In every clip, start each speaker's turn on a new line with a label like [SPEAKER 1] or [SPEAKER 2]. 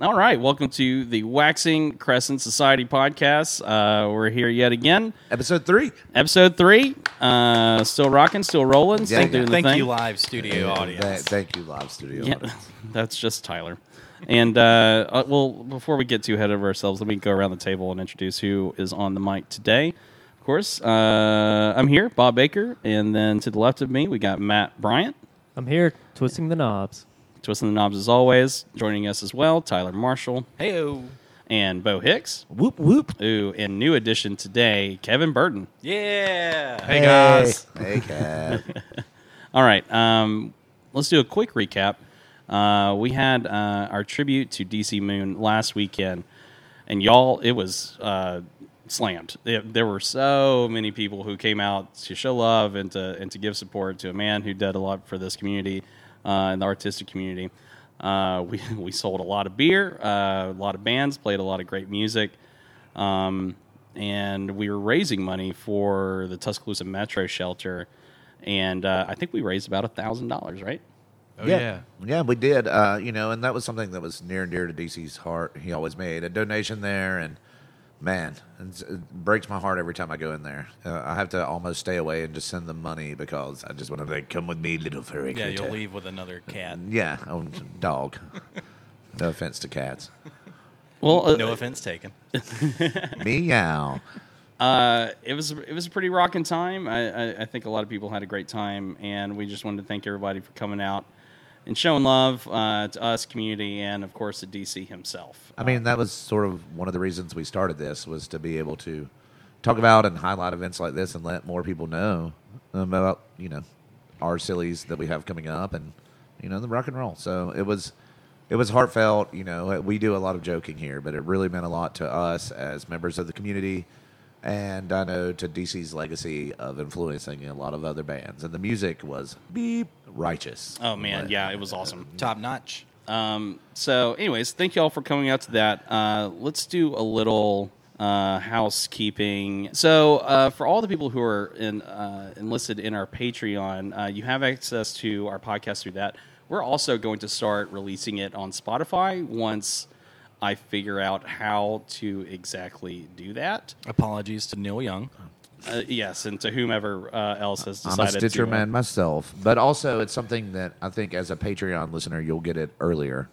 [SPEAKER 1] All right, welcome to the Waxing Crescent Society podcast. Uh, we're here yet again,
[SPEAKER 2] Episode three.
[SPEAKER 1] episode three. Uh, still rocking, still rolling, still
[SPEAKER 2] Yeah, yeah.
[SPEAKER 1] doing the
[SPEAKER 3] Thank
[SPEAKER 1] thing.
[SPEAKER 3] you, live studio audience.
[SPEAKER 2] Th- thank you, live studio.
[SPEAKER 1] Yeah,
[SPEAKER 2] audience.
[SPEAKER 1] that's just Tyler. And uh, uh, well, before we get too ahead of ourselves, let me go around the table and introduce who is on the mic today. Of course, uh, I'm here, Bob Baker, and then to the left of me we got Matt Bryant,
[SPEAKER 4] I'm here twisting the knobs.
[SPEAKER 1] twisting the knobs as always. Joining us as well, Tyler Marshall
[SPEAKER 3] Hey,
[SPEAKER 1] and Bo Hicks.
[SPEAKER 4] Whoop whoop.
[SPEAKER 1] Ooh, and new addition today, Kevin Burton.
[SPEAKER 3] yeah.
[SPEAKER 2] Hey
[SPEAKER 4] guys.
[SPEAKER 2] Hey Kev.
[SPEAKER 1] All right. Um, let's do a quick recap. Uh, we had uh, our tribute to DC Moon last weekend, and y'all, it was uh, slammed. There- there were so many people who came out to show love and to and to give support to a man who did a lot for this community uh, and the artistic community. Uh, we we sold a lot of beer, uh, a lot of bands, played a lot of great music um, and we were raising money for the Tuscaloosa Metro Shelter, and uh, I think we raised about a thousand dollars, right?
[SPEAKER 3] Oh, yeah.
[SPEAKER 2] Yeah, we did. Uh, you know, and that was something that was near and dear to DC's heart. He always made a donation there, and man, it's, it breaks my heart every time I go in there. Uh, I have to almost stay away and just send them money because I just want to be like, "Come with me, little furry."
[SPEAKER 3] Yeah, you'll
[SPEAKER 2] critter."
[SPEAKER 3] leave with another cat.
[SPEAKER 2] Yeah, oh, dog. no offense to cats.
[SPEAKER 1] Well, uh,
[SPEAKER 3] No offense taken.
[SPEAKER 2] Meow.
[SPEAKER 1] uh, it was it was a pretty rocking time. I, I, I think a lot of people had a great time, and we just wanted to thank everybody for coming out and showing love uh, to us, community, and of course to DC himself.
[SPEAKER 2] I mean, that was sort of one of the reasons we started this was to be able to talk about and highlight events like this and let more people know about you know our sillies that we have coming up and you know the rock and roll. So it was it was heartfelt. You know, uh, we do a lot of joking here, but it really meant a lot to us as members of the community. And I know to DC's legacy of influencing a lot of other bands, and the music was beep righteous.
[SPEAKER 1] Oh man,
[SPEAKER 2] But-
[SPEAKER 1] yeah, it was awesome.
[SPEAKER 3] Top notch.
[SPEAKER 1] Um, so, anyways, thank you all for coming out to that. Uh, let's do a little uh, housekeeping. So, uh, for all the people who are in, uh, enlisted in our Patreon, uh, you have access to our podcast through that. We're also going to start releasing it on Spotify once I figure out how to exactly do that.
[SPEAKER 3] Apologies to Neil Young.
[SPEAKER 1] Uh, yes, and to whomever uh, else has
[SPEAKER 2] I'm a
[SPEAKER 1] decided
[SPEAKER 2] Stitcher
[SPEAKER 1] to. uh,
[SPEAKER 2] man myself, but also it's something that I think as a Patreon listener, you'll get it earlier.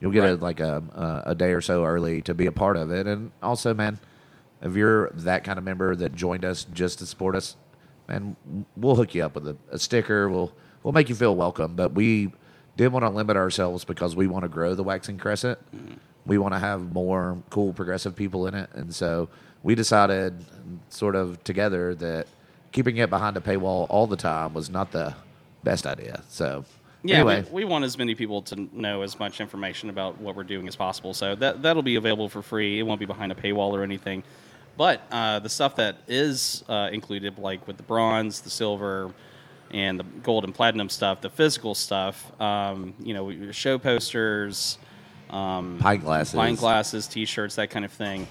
[SPEAKER 2] You'll get it like a uh, a day or so early to be a part of it, and also, man, if you're that kind of member that joined us just to support us, man, we'll hook you up with a, a sticker. We'll we'll make you feel welcome, but we did want to limit ourselves because we want to grow the Waxing Crescent. We want to have more cool progressive people in it, and so we decided, sort of together, that keeping it behind a paywall all the time was not the best idea. So
[SPEAKER 1] Yeah,
[SPEAKER 2] anyway,
[SPEAKER 1] we, we want as many people to know as much information about what we're doing as possible. So that that'll be available for free. It won't be behind a paywall or anything. But uh, the stuff that is uh, included, like with the bronze, the silver, and the gold and platinum stuff, the physical stuff, um, you know, we- show posters, um,
[SPEAKER 2] pine glasses,
[SPEAKER 1] wine glasses, t-shirts, that kind of thing.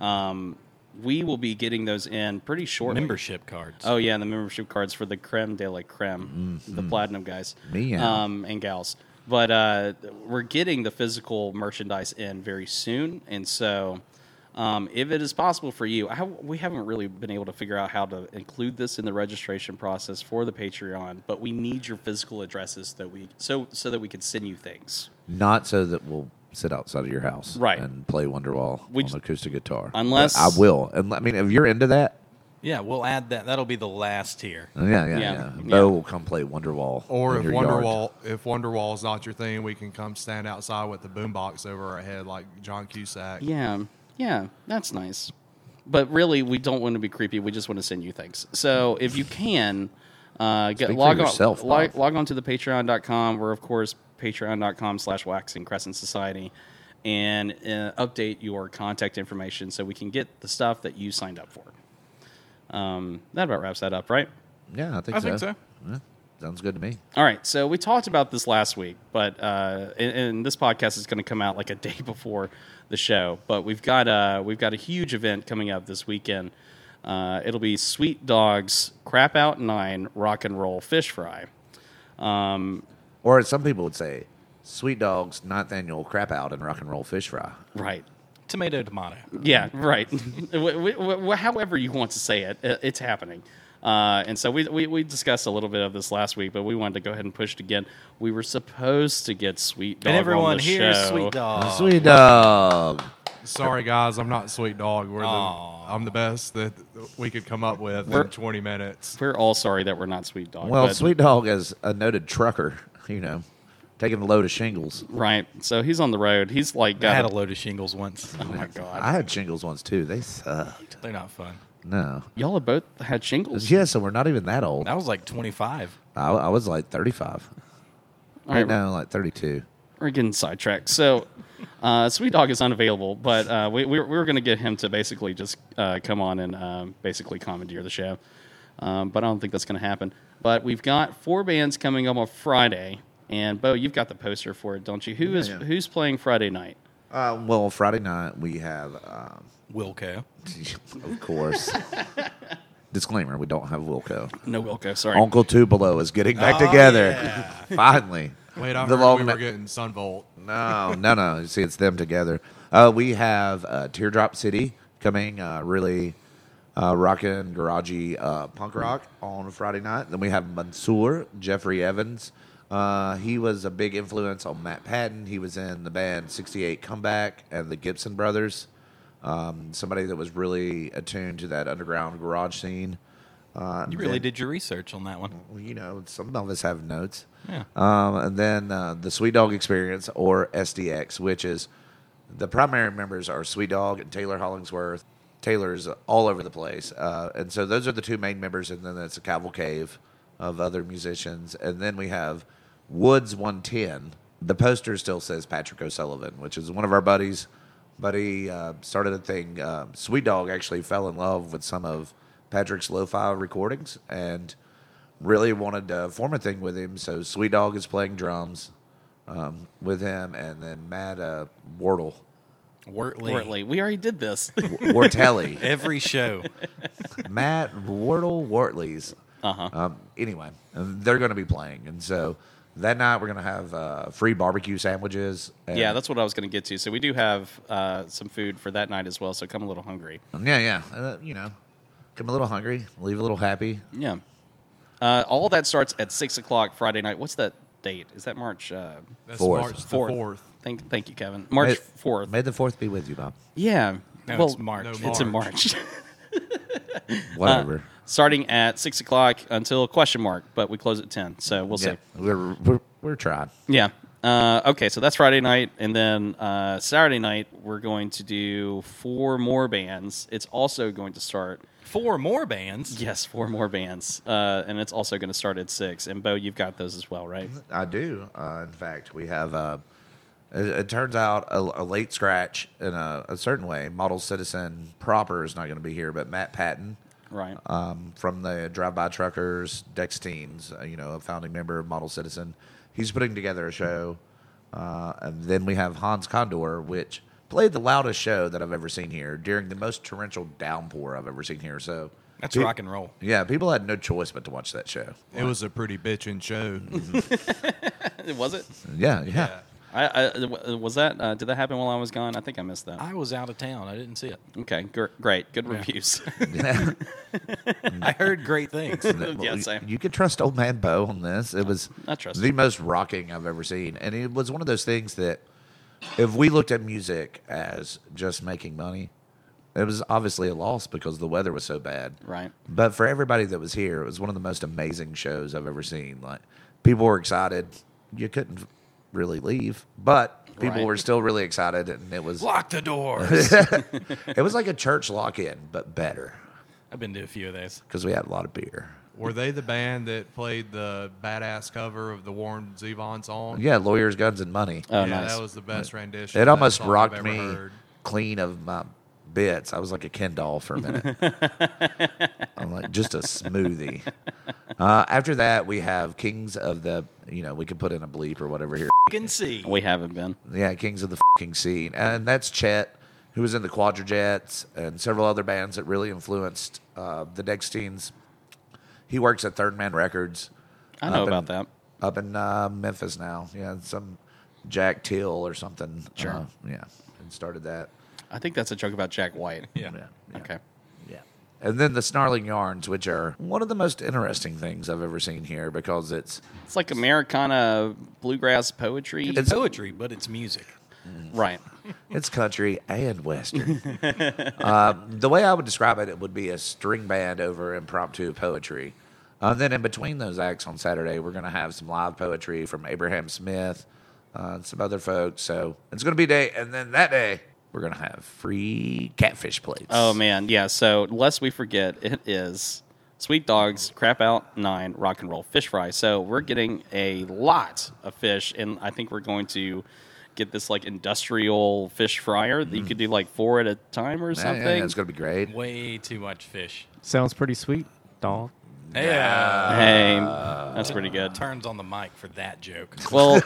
[SPEAKER 1] Um, we will be getting those in pretty shortly.
[SPEAKER 3] Membership cards.
[SPEAKER 1] Oh yeah, and the membership cards for the creme de la creme, the platinum guys,
[SPEAKER 2] Meow.
[SPEAKER 1] um, and gals. But uh, we're getting the physical merchandise in very soon, and so um, if it is possible for you, I, have- we haven't really been able to figure out how to include this in the registration process for the Patreon. But we need your physical addresses that we so so that we can send you things.
[SPEAKER 2] not so that we'll sit outside of your house,
[SPEAKER 1] Right.
[SPEAKER 2] and play Wonderwall
[SPEAKER 1] We
[SPEAKER 2] on
[SPEAKER 1] just-
[SPEAKER 2] acoustic guitar.
[SPEAKER 1] Unless-
[SPEAKER 2] But I will, and I mean, if you're into that,
[SPEAKER 3] Yeah, we'll add that. That'll be the last tier.
[SPEAKER 2] yeah, yeah, yeah.
[SPEAKER 1] Yeah. Yeah.
[SPEAKER 2] Bo will come play Wonderwall,
[SPEAKER 5] Or
[SPEAKER 2] in
[SPEAKER 5] if
[SPEAKER 2] your yard.
[SPEAKER 5] Wonderwall, if Wonderwall is not your thing, we can come stand outside with the boombox over our head like John Cusack.
[SPEAKER 1] Yeah, yeah, that's nice. But really, we don't want to be creepy. We just want to send you things. So if you can, uh, get
[SPEAKER 2] Speak for
[SPEAKER 1] log
[SPEAKER 2] yourself,
[SPEAKER 1] on log,
[SPEAKER 2] Bob.
[SPEAKER 1] log on to the Patreon.com. We're of course Patreon.com slash Waxing Crescent Society, and uh, update your contact information so we can get the stuff that you signed up for. Um, that about wraps that up, right?
[SPEAKER 2] Yeah, I think
[SPEAKER 3] I
[SPEAKER 2] so.
[SPEAKER 3] think so.
[SPEAKER 2] Yeah, sounds good to me.
[SPEAKER 1] All right, so we talked about this last week, but uh, and, and this podcast is going to come out like a day before the show. But we've got uh, we've got a huge event coming up this weekend. Uh, it'll be Sweet Dogs Crap Out Nine Rock and Roll Fish Fry. Um,
[SPEAKER 2] Or as some people would say, Sweet Dog's ninth annual crap out and rock and roll fish fry.
[SPEAKER 1] Right.
[SPEAKER 3] Tomato, tomato.
[SPEAKER 1] Yeah, right. Wh- wh- wh- however you want to say it, i- it's happening. Uh, and so we, we, we discussed a little bit of this last week, but we wanted to go ahead and push it again. We were supposed to get Sweet Dog
[SPEAKER 3] and
[SPEAKER 1] on
[SPEAKER 3] everyone
[SPEAKER 1] the
[SPEAKER 3] here is
[SPEAKER 1] show.
[SPEAKER 3] sweet
[SPEAKER 5] Oh.
[SPEAKER 3] dog.
[SPEAKER 2] Sweet Dog.
[SPEAKER 5] Sorry, guys, I'm not Sweet Dog. We're the,
[SPEAKER 3] Aw.
[SPEAKER 5] I'm the best that we could come up with
[SPEAKER 1] We're-
[SPEAKER 5] in 20 minutes.
[SPEAKER 1] We're all sorry that we're not Sweet Dog.
[SPEAKER 2] Well,
[SPEAKER 1] but-
[SPEAKER 2] Sweet Dog is a noted trucker, you know, taking a load of shingles.
[SPEAKER 1] right. So he's on the road. He's like
[SPEAKER 3] I
[SPEAKER 1] got
[SPEAKER 3] had
[SPEAKER 1] a-
[SPEAKER 3] a load of shingles once.
[SPEAKER 1] oh my god.
[SPEAKER 2] I had shingles once too. They sucked.
[SPEAKER 3] They're not fun.
[SPEAKER 2] No.
[SPEAKER 1] Y'all have both had shingles.
[SPEAKER 2] Yeah, so we're not even that old.
[SPEAKER 3] I was like 25.
[SPEAKER 2] I, I was like 35.
[SPEAKER 1] All
[SPEAKER 2] Right now, like 32.
[SPEAKER 1] we're getting sidetracked. So, uh, Sweet Dog is unavailable, but uh, we, we, were- we were going to get him to basically just uh, come on and um, basically commandeer the show. Um, but I don't think that's going to happen. But we've got four bands coming up on Friday, and Bo, you've got the poster for it, don't you? Who is
[SPEAKER 2] yeah.
[SPEAKER 1] who's playing Friday night?
[SPEAKER 2] Uh, well, Friday night we have, um,
[SPEAKER 3] Wilco.
[SPEAKER 2] of course. Disclaimer: We don't have Wilco.
[SPEAKER 1] No, Wilco. Sorry.
[SPEAKER 2] Uncle Tupelo is getting back
[SPEAKER 3] Oh,
[SPEAKER 2] together.
[SPEAKER 3] yeah.
[SPEAKER 2] Finally.
[SPEAKER 5] Wait, I
[SPEAKER 2] The
[SPEAKER 5] heard
[SPEAKER 2] long
[SPEAKER 5] we were
[SPEAKER 2] ni-
[SPEAKER 5] getting Sunvolt.
[SPEAKER 2] No, no, no. You see, it's them together. Uh, we have uh, Teardrop City coming, uh, really uh, rockin' garagey uh, punk rock on Friday night. Then we have Mansoor Jeffrey Evans. Uh, he was a big influence on Matt Patton. He was in the band 68 Comeback and the Gibson Brothers. Um, somebody that was really attuned to that underground garage scene. Uh,
[SPEAKER 3] You really did your research on that one.
[SPEAKER 2] well, you know, some of us have notes.
[SPEAKER 3] Yeah.
[SPEAKER 2] Um, and then uh, the Sweet Dog Experience, or SDX, which is the primary members are Sweet Dog and Taylor Hollingsworth. Taylor's all over the place. Uh, and so those are the two main members. And then it's a cavalcade of other musicians. And then we have Woods 110. The poster still says Patrick O'Sullivan, which is one of our buddies. Buddy uh, started a thing. Uh, Sweet Dog actually fell in love with some of Patrick's lo fi recordings. And really wanted to form a thing with him. So Sweet Dog is playing drums um, with him, and then Matt uh, Wardle,
[SPEAKER 3] Wortley.
[SPEAKER 1] Wortley. We already did this.
[SPEAKER 2] Wartelli,
[SPEAKER 3] Every show.
[SPEAKER 2] Matt Wardle Wartleys.
[SPEAKER 1] Uh-huh.
[SPEAKER 2] Um, anyway, they're going to be playing, and so that night we're going to have uh, free barbecue sandwiches. And,
[SPEAKER 1] yeah, that's what I was going to get to. So we do have uh, some food for that night as well. So come a little hungry.
[SPEAKER 2] yeah, yeah. Uh, you know, come a little hungry, leave a little happy.
[SPEAKER 1] Yeah. Uh, all that starts at six o'clock Friday night. What's that date? Is that March? Uh,
[SPEAKER 5] That's
[SPEAKER 2] Fourth.
[SPEAKER 5] March the
[SPEAKER 1] Fourth.
[SPEAKER 5] 4th.
[SPEAKER 1] Thank, thank you, Kevin. March fourth.
[SPEAKER 2] May the fourth be with you, Bob.
[SPEAKER 1] yeah.
[SPEAKER 3] No,
[SPEAKER 1] well,
[SPEAKER 3] it's March.
[SPEAKER 5] no,
[SPEAKER 1] It's
[SPEAKER 5] March.
[SPEAKER 1] in March. Uh,
[SPEAKER 2] Whatever.
[SPEAKER 1] Starting at six o'clock until question mark, but we close at ten. So we'll
[SPEAKER 2] yeah,
[SPEAKER 1] see.
[SPEAKER 2] we're, we're we're trying.
[SPEAKER 1] Yeah. Uh, okay, so that's Friday night, and then uh, Saturday night we're going to do four more bands. It's also going to start.
[SPEAKER 3] Four more bands.
[SPEAKER 1] Yes, four more bands, uh, and it's also going to start at six. And Bo, you've got those as well, right?
[SPEAKER 2] I do. Uh, in fact, we have. Uh, it, it turns out a, a late scratch in a, a certain way. Model citizen proper is not going to be here, but Matt Patton
[SPEAKER 1] Right.
[SPEAKER 2] um, from the Drive By Truckers, Dex Teens, uh, you know, a founding member of Model Citizen. He's putting together a show. Uh, and then we have Hans Condor, which played the loudest show that I've ever seen here during the most torrential downpour I've ever seen here. So
[SPEAKER 3] That's
[SPEAKER 2] pe-
[SPEAKER 3] rock and roll.
[SPEAKER 2] Yeah, people had no choice but to watch that show.
[SPEAKER 5] It was a pretty bitchin' show.
[SPEAKER 2] Mm-hmm.
[SPEAKER 1] was it?
[SPEAKER 2] Yeah, yeah.
[SPEAKER 1] I, I w- was that. Uh, did that happen while I was gone? I think I missed that.
[SPEAKER 3] I was out of town. I didn't see it.
[SPEAKER 1] Okay, gr- great, good reviews.
[SPEAKER 3] I heard great things.
[SPEAKER 2] Well,
[SPEAKER 1] Yeah,
[SPEAKER 2] you-
[SPEAKER 1] same.
[SPEAKER 2] You could trust old man Bo on this. It was
[SPEAKER 1] I trust
[SPEAKER 2] the
[SPEAKER 1] him.
[SPEAKER 2] most rocking I've ever seen, and it was one of those things that if we looked at music as just making money, it was obviously a loss because the weather was so bad.
[SPEAKER 1] Right.
[SPEAKER 2] But for everybody that was here, it was one of the most amazing shows I've ever seen. Like people were excited. You couldn't really leave, but people
[SPEAKER 1] Right.
[SPEAKER 2] were still really excited, and it was
[SPEAKER 3] Lock the doors.
[SPEAKER 2] it was like a church lock in, but better
[SPEAKER 3] I've been to a few of those.
[SPEAKER 2] because we had a lot of beer.
[SPEAKER 5] Were they the band that played the badass cover of the Warren Zevon song?
[SPEAKER 2] Yeah, lawyers, guns, and money.
[SPEAKER 1] Oh,
[SPEAKER 5] yeah,
[SPEAKER 1] nice.
[SPEAKER 5] that was the best rendition. of
[SPEAKER 2] It
[SPEAKER 5] that
[SPEAKER 2] almost
[SPEAKER 5] song I've
[SPEAKER 2] rocked
[SPEAKER 5] ever
[SPEAKER 2] me
[SPEAKER 5] heard.
[SPEAKER 2] clean of my bits. I was like a Ken doll for a minute. I'm like just a smoothie. Uh, after that, we have Kings of the. You know, we could put in a bleep or whatever here.
[SPEAKER 3] You can see.
[SPEAKER 1] we haven't been.
[SPEAKER 2] Yeah, Kings of the fucking scene, and that's Chet, who was in the Quadrajets and several other bands that really influenced uh, the Dexteens. He works at Third Man Records
[SPEAKER 1] I know
[SPEAKER 2] up in-
[SPEAKER 1] about that.
[SPEAKER 2] up in uh, Memphis now. Yeah, some Jack Till or something. Sure. yeah, and started that.
[SPEAKER 1] I think that's a joke about Jack White.
[SPEAKER 3] Yeah.
[SPEAKER 2] Yeah. yeah.
[SPEAKER 1] Okay.
[SPEAKER 2] Yeah. And then the snarling yarns, which are one of the most interesting things I've ever seen here because it's
[SPEAKER 1] It's like Americana bluegrass poetry.
[SPEAKER 3] It's poetry, but it's music.
[SPEAKER 1] right.
[SPEAKER 2] it's country and western. um, the way I would describe it, it would be a string band over impromptu poetry. Uh, then in between those acts on Saturday, we're going to have some live poetry from Abraham Smith, uh, and some other folks. So it's going to be a day, and then that day we're going to have free catfish plates.
[SPEAKER 1] Oh man, yeah. So lest we forget, it is Sweet Dogs, Crap Out Nine, Rock and Roll Fish Fry. So we're getting a lot of fish, and I think we're going to get this like industrial fish fryer that you could do like four at a time or
[SPEAKER 2] Mm. Yeah, yeah,
[SPEAKER 1] something.
[SPEAKER 2] yeah, it's going to be great.
[SPEAKER 3] Way too much fish.
[SPEAKER 4] Sounds pretty sweet, dog.
[SPEAKER 3] Yeah.
[SPEAKER 1] hey,
[SPEAKER 3] Uh,
[SPEAKER 1] that's pretty good.
[SPEAKER 3] Turns on the mic for that joke.
[SPEAKER 1] Well,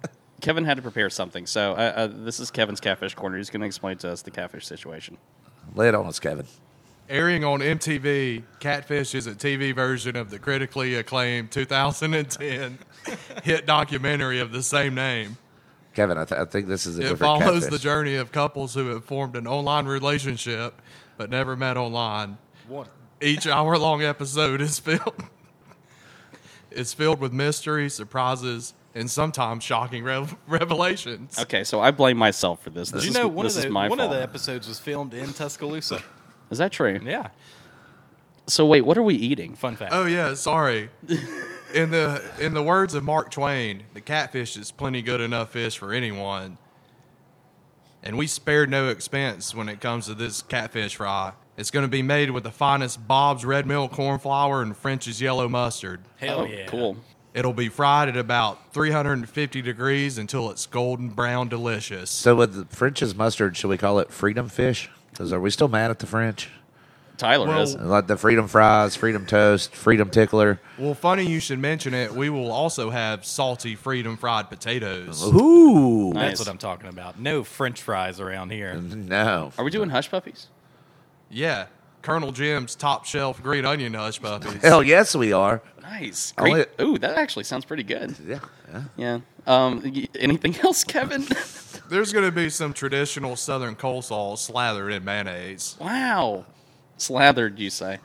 [SPEAKER 1] Kevin had to prepare something, so uh, uh, this is Kevin's catfish corner. He's going to explain to us the catfish situation.
[SPEAKER 2] Lay it on us, Kevin.
[SPEAKER 5] Airing on MTV, Catfish is a TV version of the critically acclaimed 2010 hit documentary of the same name.
[SPEAKER 2] Kevin, I, th- I think this is a
[SPEAKER 5] It
[SPEAKER 2] different
[SPEAKER 5] follows
[SPEAKER 2] catfish.
[SPEAKER 5] the journey of couples who have formed an online relationship but never met online.
[SPEAKER 3] What?
[SPEAKER 5] Each hour-long episode is filled is filled with mystery, surprises, and sometimes shocking rev- revelations.
[SPEAKER 1] Okay, so I blame myself for this. This
[SPEAKER 3] Did you
[SPEAKER 1] is,
[SPEAKER 3] know one
[SPEAKER 1] this
[SPEAKER 3] of the
[SPEAKER 1] is my
[SPEAKER 3] one
[SPEAKER 1] fault.
[SPEAKER 3] of the episodes was filmed in Tuscaloosa?
[SPEAKER 1] is that true?
[SPEAKER 3] Yeah.
[SPEAKER 1] So wait, what are we eating?
[SPEAKER 3] Fun fact.
[SPEAKER 5] Oh yeah, sorry. In the in the words of Mark Twain, the catfish is plenty good enough fish for anyone. And we spared no expense when it comes to this catfish fry. It's going to be made with the finest Bob's Red Mill corn flour and French's yellow mustard.
[SPEAKER 3] Hell
[SPEAKER 1] oh,
[SPEAKER 3] yeah.
[SPEAKER 1] Cool.
[SPEAKER 5] It'll be fried at about 350 degrees until it's golden brown delicious.
[SPEAKER 2] So with the French's mustard, should we call it freedom fish? Because are we still mad at the French?
[SPEAKER 1] Tyler
[SPEAKER 5] Well-
[SPEAKER 1] is.
[SPEAKER 2] Like the freedom fries, freedom toast, freedom tickler.
[SPEAKER 5] Well, funny you should mention it. We will also have salty freedom fried
[SPEAKER 2] Oh.
[SPEAKER 5] potatoes.
[SPEAKER 2] Ooh.
[SPEAKER 1] Nice.
[SPEAKER 3] That's what I'm talking about. No French fries around here.
[SPEAKER 2] No.
[SPEAKER 1] Are we doing hush puppies?
[SPEAKER 5] Yeah, Colonel Jim's top shelf green onion hush puppies.
[SPEAKER 2] Hell yes, we are.
[SPEAKER 1] Nice.
[SPEAKER 2] I'll
[SPEAKER 1] Great. Ooh, that actually sounds pretty good.
[SPEAKER 2] Yeah. yeah.
[SPEAKER 1] Yeah. Um, y- anything else, Kevin?
[SPEAKER 5] There's going to be some traditional Southern coleslaw slathered in mayonnaise.
[SPEAKER 1] wow. Slathered, you say?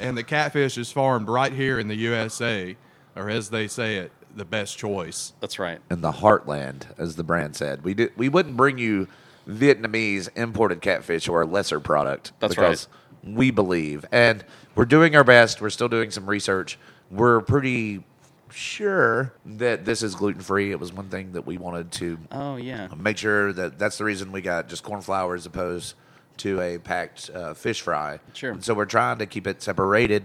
[SPEAKER 5] And the catfish is farmed right here in the USA, or as they say it, the best choice.
[SPEAKER 1] That's right.
[SPEAKER 2] In the heartland, as the brand said, we did. We wouldn't bring you Vietnamese imported catfish or a lesser product.
[SPEAKER 1] That's
[SPEAKER 2] because We believe, and we're doing our best. We're still doing some research. We're pretty sure that this is gluten free. It was one thing that we wanted to
[SPEAKER 1] Oh yeah.
[SPEAKER 2] make sure that that's the reason we got just corn flour as opposed to a packed uh, fish fry.
[SPEAKER 1] Sure.
[SPEAKER 2] And so we're trying to keep it separated.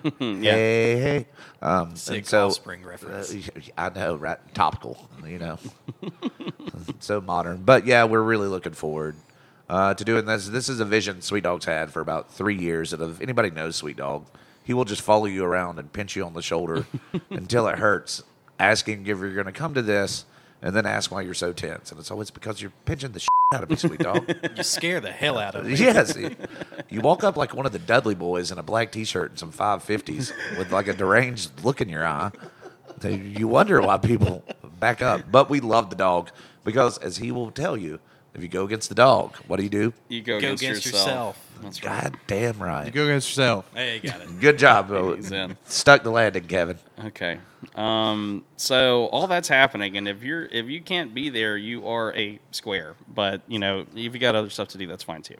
[SPEAKER 2] Hey, hey. Um, and
[SPEAKER 3] Sick
[SPEAKER 2] so,
[SPEAKER 3] Offspring reference.
[SPEAKER 2] uh, I know, right? Topical, you know. so modern. But yeah, we're really looking forward uh, to doing this. This is a vision Sweet Dog's had for about three years. And if anybody knows Sweet Dog, he will just follow you around and pinch you on the shoulder until it hurts, asking if you're going to come to this, and then ask why you're so tense. And it's always because you're pinching the shit out of me, Sweet Dog.
[SPEAKER 3] You scare the hell out of me.
[SPEAKER 2] yes. You- You walk up like one of the Dudley boys in a black t shirt and some 550s with like a deranged look in your eye. So You wonder why people back up. But we love the dog because, as he will tell you, if you go against the dog, what do you do?
[SPEAKER 1] You go,
[SPEAKER 3] Go
[SPEAKER 1] against,
[SPEAKER 3] against
[SPEAKER 1] yourself.
[SPEAKER 3] yourself.
[SPEAKER 1] That's right.
[SPEAKER 2] God damn right.
[SPEAKER 5] Go against yourself.
[SPEAKER 3] Hey, got it.
[SPEAKER 2] Good job. Owen.
[SPEAKER 1] He's in.
[SPEAKER 2] Stuck the landing, Kevin.
[SPEAKER 1] Okay. Um, so all that's happening, and if you're if you can't be there, you are a square. But you know, if you got other stuff to do, that's fine too.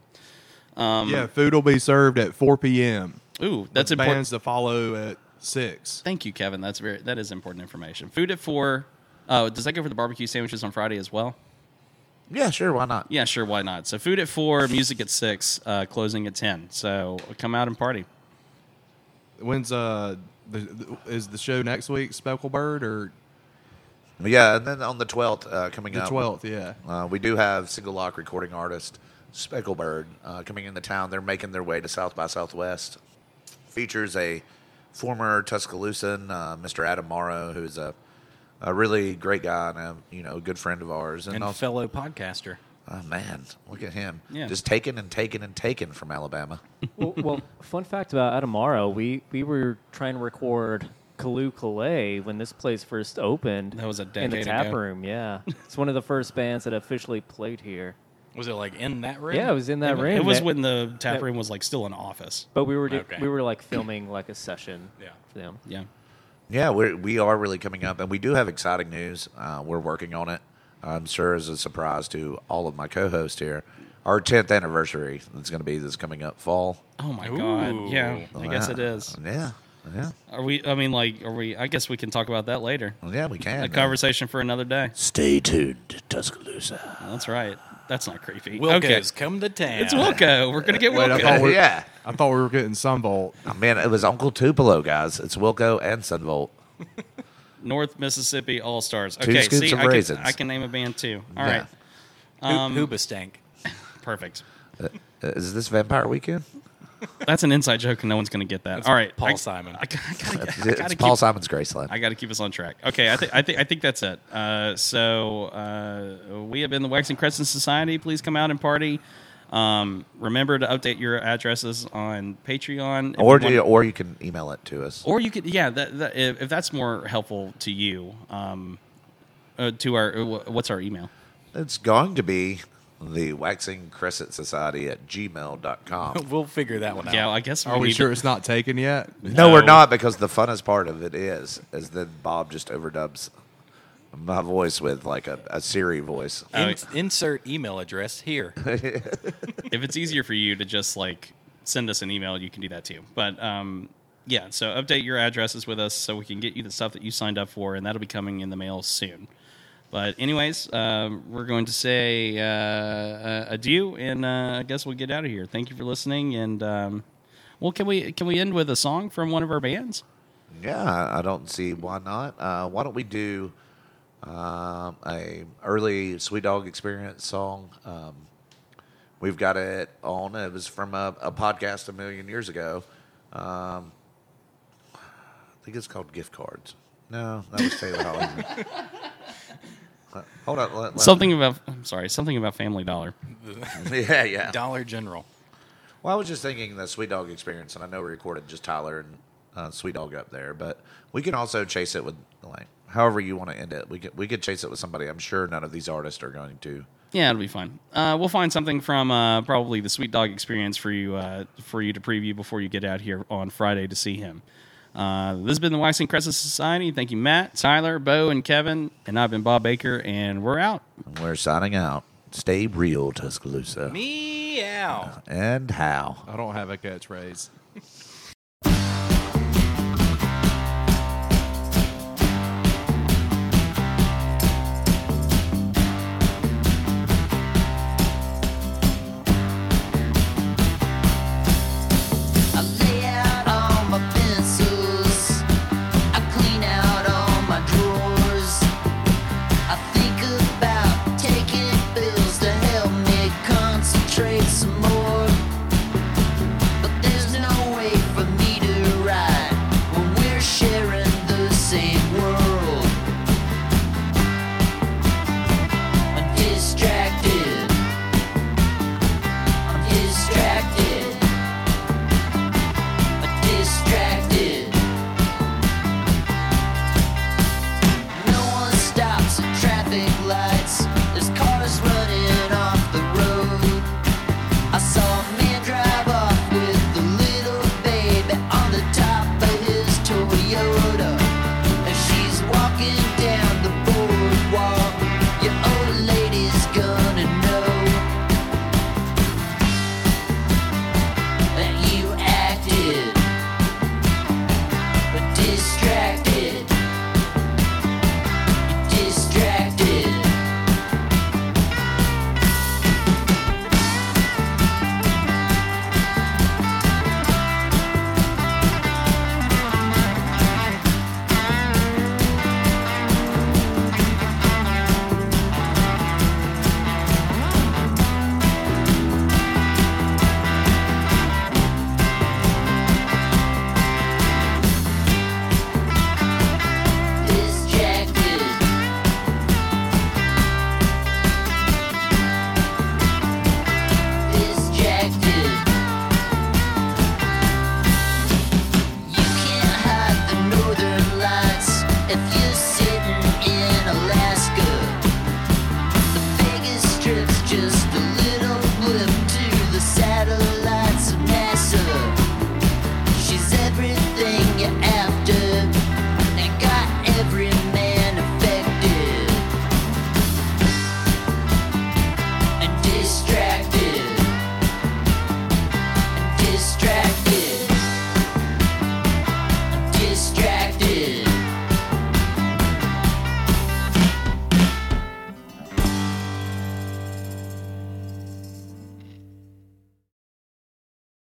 [SPEAKER 5] yeah, food will be served at 4 p.m.
[SPEAKER 1] Ooh, Um, that's
[SPEAKER 5] with
[SPEAKER 1] important.
[SPEAKER 5] Bands to follow at 6.
[SPEAKER 1] Thank you, Kevin. That's very that is important information. Food at four. Oh, does that go for the barbecue sandwiches on Friday as well?
[SPEAKER 2] Yeah, sure. Why not?
[SPEAKER 1] Yeah, sure. Why not? So food at four, music at six, uh, closing at ten. So come out and party.
[SPEAKER 5] When's uh the, the- is the show next week? Specklebird or
[SPEAKER 2] Yeah, and then on the 12th, uh, coming
[SPEAKER 5] the
[SPEAKER 2] up.
[SPEAKER 5] 12th? Yeah.
[SPEAKER 2] Uh, we do have single lock recording artist Specklebird uh, coming into town. They're making their way to South by Southwest. Features a former Tuscaloosan, uh, Mr. Adam Morrow, who's a, a really great guy and a you know good friend of ours. And,
[SPEAKER 3] And
[SPEAKER 2] also,
[SPEAKER 3] fellow podcaster.
[SPEAKER 2] oh, man, look at him,
[SPEAKER 1] Yeah.
[SPEAKER 2] just taken and taken and taken from Alabama.
[SPEAKER 4] well, well, fun fact about Adamaro, we we were trying to record
[SPEAKER 6] Kalou Calais when this place first opened.
[SPEAKER 3] That was a
[SPEAKER 6] in the
[SPEAKER 3] decade
[SPEAKER 6] tap
[SPEAKER 3] ago.
[SPEAKER 6] room. Yeah, it's one of the first bands that officially played here.
[SPEAKER 3] Was it like in that room?
[SPEAKER 6] Yeah, it was in that room.
[SPEAKER 1] It was
[SPEAKER 6] that-
[SPEAKER 1] when the tap room was like still an office.
[SPEAKER 6] but we were do-
[SPEAKER 3] Okay.
[SPEAKER 6] we were like filming like a session.
[SPEAKER 3] Yeah.
[SPEAKER 6] for them.
[SPEAKER 1] Yeah.
[SPEAKER 2] Yeah, we're, we are really coming up, and we do have exciting news. Uh, we're working on it. I'm sure as a surprise to all of my co-hosts here. Our 10th anniversary that's going to be this coming up fall.
[SPEAKER 1] Oh my
[SPEAKER 3] Ooh.
[SPEAKER 1] god. Yeah. I guess it is.
[SPEAKER 2] uh, Yeah, yeah,
[SPEAKER 1] Are we? I mean, like, are we? I guess we can talk about that later.
[SPEAKER 2] yeah. We can.
[SPEAKER 1] A
[SPEAKER 2] man.
[SPEAKER 1] conversation for another day.
[SPEAKER 2] Stay tuned to Tuscaloosa.
[SPEAKER 1] That's right. That's not creepy. Okay.
[SPEAKER 3] Wilco's come to town.
[SPEAKER 1] It's Wilco. We're gonna get
[SPEAKER 5] Wait, I
[SPEAKER 1] Wilco.
[SPEAKER 5] thought- Oh, we're-
[SPEAKER 2] yeah,
[SPEAKER 5] I thought we were getting Sunvolt.
[SPEAKER 2] Oh, man, it was Uncle Tupelo, guys. It's Wilco and Sunvolt.
[SPEAKER 1] North Mississippi All Stars.
[SPEAKER 2] Two
[SPEAKER 1] Okay.
[SPEAKER 2] scoops
[SPEAKER 1] see,
[SPEAKER 2] of
[SPEAKER 1] I,
[SPEAKER 2] raisins.
[SPEAKER 1] Can, I can name a band too. All
[SPEAKER 2] Yeah.
[SPEAKER 1] right. Um,
[SPEAKER 3] Hooba stank.
[SPEAKER 1] Perfect.
[SPEAKER 2] Uh, Is this Vampire Weekend?
[SPEAKER 1] That's an inside joke, and no one's gonna get that.
[SPEAKER 3] That's
[SPEAKER 1] All right.
[SPEAKER 3] Paul
[SPEAKER 1] I-
[SPEAKER 3] Simon.
[SPEAKER 1] I, gotta- I
[SPEAKER 2] It's,
[SPEAKER 1] gotta keep-
[SPEAKER 2] Paul Simon's Graceland.
[SPEAKER 1] I got to keep us on track. Okay, I think I think I think that's it. Uh, so uh, we have been the Waxing Crescent Society. Please come out and party. Um, remember to update your addresses on Patreon, If
[SPEAKER 2] or
[SPEAKER 1] you want-
[SPEAKER 2] do, or you can email it to us.
[SPEAKER 1] or you could yeah, that, that, if, if that's more helpful to you. Um, uh, to our uh, wh- what's our email?
[SPEAKER 2] It's going to be the Waxing Crescent Society at gmail.com.
[SPEAKER 3] We'll figure that one out.
[SPEAKER 1] Yeah, I guess
[SPEAKER 5] Are we
[SPEAKER 1] need
[SPEAKER 5] sure
[SPEAKER 1] to-
[SPEAKER 5] it's not taken yet?
[SPEAKER 2] No, we're
[SPEAKER 1] No.
[SPEAKER 2] not because the funnest part of it is is that Bob just overdubs my voice with like a, a Siri voice.
[SPEAKER 1] Oh,
[SPEAKER 3] In- insert email address here.
[SPEAKER 1] if it's easier for you to just like send us an email, you can do that too. But um, yeah, so update your addresses with us so we can get you the stuff that you signed up for, and that'll be coming in the mail soon. But anyways, um, we're going to say uh, uh, adieu, and uh, I guess we'll get out of here. Thank you for listening, and um, well, can we can we end with a song from one of our bands?
[SPEAKER 2] Yeah, I- I don't see why not. Uh, why don't we do um, a early Sweet Dog Experience song? Um, we've got it on. It was from a, a podcast a million years ago. Um, I think it's called Gift Cards. No, that was Taylor Holliman. Uh, Hold on. Let, let-
[SPEAKER 1] Something about I'm sorry, something about Family Dollar.
[SPEAKER 2] Yeah, yeah.
[SPEAKER 3] Dollar General.
[SPEAKER 2] Well, I was just thinking the Sweet Dog experience, and I know we recorded just Tyler and uh, Sweet Dog up there, but we can also chase it with like however you want to end it. We could we could chase it with somebody. I'm sure none of these artists are going to.
[SPEAKER 1] Yeah, it'll be fun. Uh, we'll find something from uh, probably the Sweet Dog Experience for you uh, for you to preview before you get out here on Friday to see him. Uh, this has been the Waxing Crescent Society. Thank you, Matt, Tyler, Bo, and Kevin. And I've been Bob Baker, and we're out.
[SPEAKER 2] And we're signing out. Stay real, Tuscaloosa,
[SPEAKER 3] Meow.
[SPEAKER 2] and how.
[SPEAKER 5] I don't have a catchphrase.